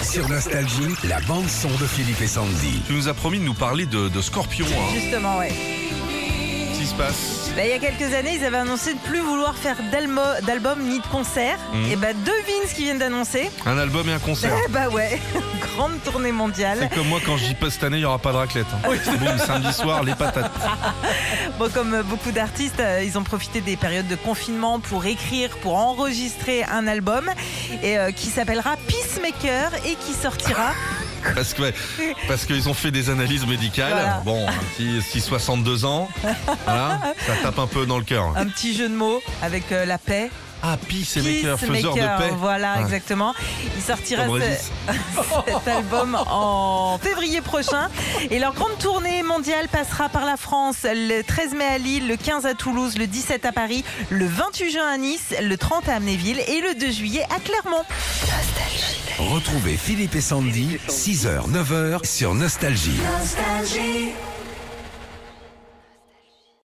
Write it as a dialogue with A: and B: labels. A: Sur Nostalgie, la bande-son de Philippe et Sandy.
B: Tu nous as promis de nous parler de, de Scorpion. Hein.
C: Justement, ouais.
B: Qu'est-ce qui se passe
C: Bah, il y a quelques années, ils avaient annoncé de plus vouloir faire d'almo- d'album ni de concert.
B: Mhm.
C: Et bah, devine ce qu'ils viennent d'annoncer.
B: Un album et un concert.
C: Eh bah ouais, grande tournée mondiale.
B: C'est comme moi quand je dis pas cette année, il n'y aura pas de raclette. hein. Boum, samedi soir, les patates.
C: Bon, comme euh, beaucoup d'artistes, euh, ils ont profité des périodes de confinement pour écrire, pour enregistrer un album et euh, qui s'appellera Peacemaker et qui sortira.
B: Parce que, ouais, parce qu'ils ont fait des analyses médicales.
C: Voilà.
B: Bon, un petit, petit 62 ans. Voilà, ça tape un peu dans le cœur.
C: Un petit jeu de mots avec euh, la paix.
B: Ah, Peace Maker, faiseur de
C: Peacemaker,
B: paix.
C: Voilà,
B: Ouais.
C: exactement. Il sortira
B: Comme
C: ce-
B: Régis.
C: cet album en février prochain. Et leur grande tournée mondiale passera par la France le 13 mai à Lille, le 15 à Toulouse, le 17 à Paris, le 28 juin à Nice, le 30 à Amnéville et le 2 juillet à Clermont.
A: Retrouvez Philippe et Sandy, 6h, 9h sur Nostalgie.